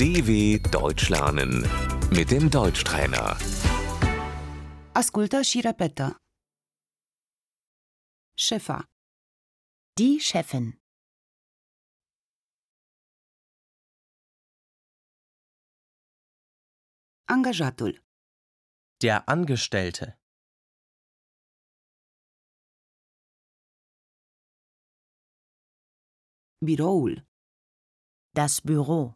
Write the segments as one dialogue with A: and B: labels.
A: DW Deutsch lernen mit dem Deutschtrainer.
B: Ascultă și repetă. Șefa,
C: Die Chefin.
B: angajatul,
D: Der Angestellte.
B: biroul,
C: Das Büro.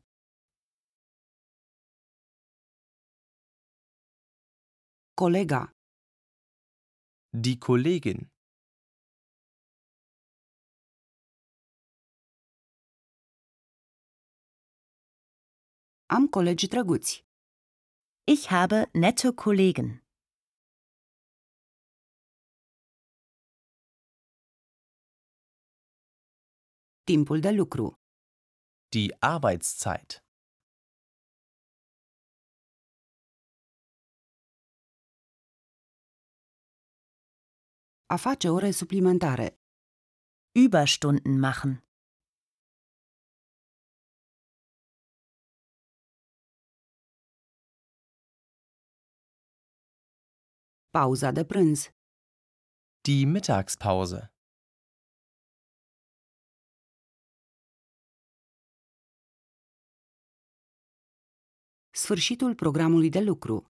B: colega,
D: Die Kollegin.
B: am colegi drăguți,
C: Ich habe nette Kollegen.
B: timpul de lucru,
D: Die Arbeitszeit.
B: a face ore suplimentare,
C: Überstunden machen.
B: pauza de prânz,
D: Die Mittagspause.
B: sfârșitul programului de lucru,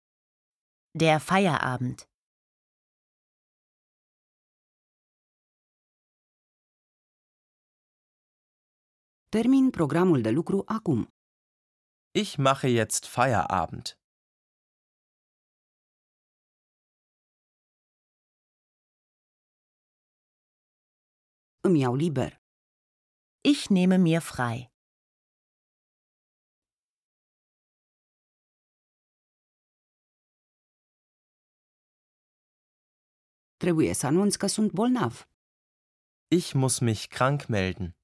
C: Der Feierabend.
B: termin programul de lucru acum.
D: Ich mache jetzt Feierabend.
B: Îmi iau liber.
C: Ich nehme mir frei.
B: Trebuie să anunț că sunt bolnav.
D: Ich muss mich krank melden.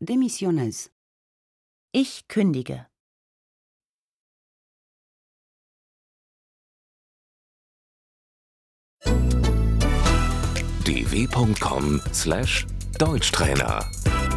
B: Demisionez.
C: Ich kündige.
A: dw.com/deutschtrainer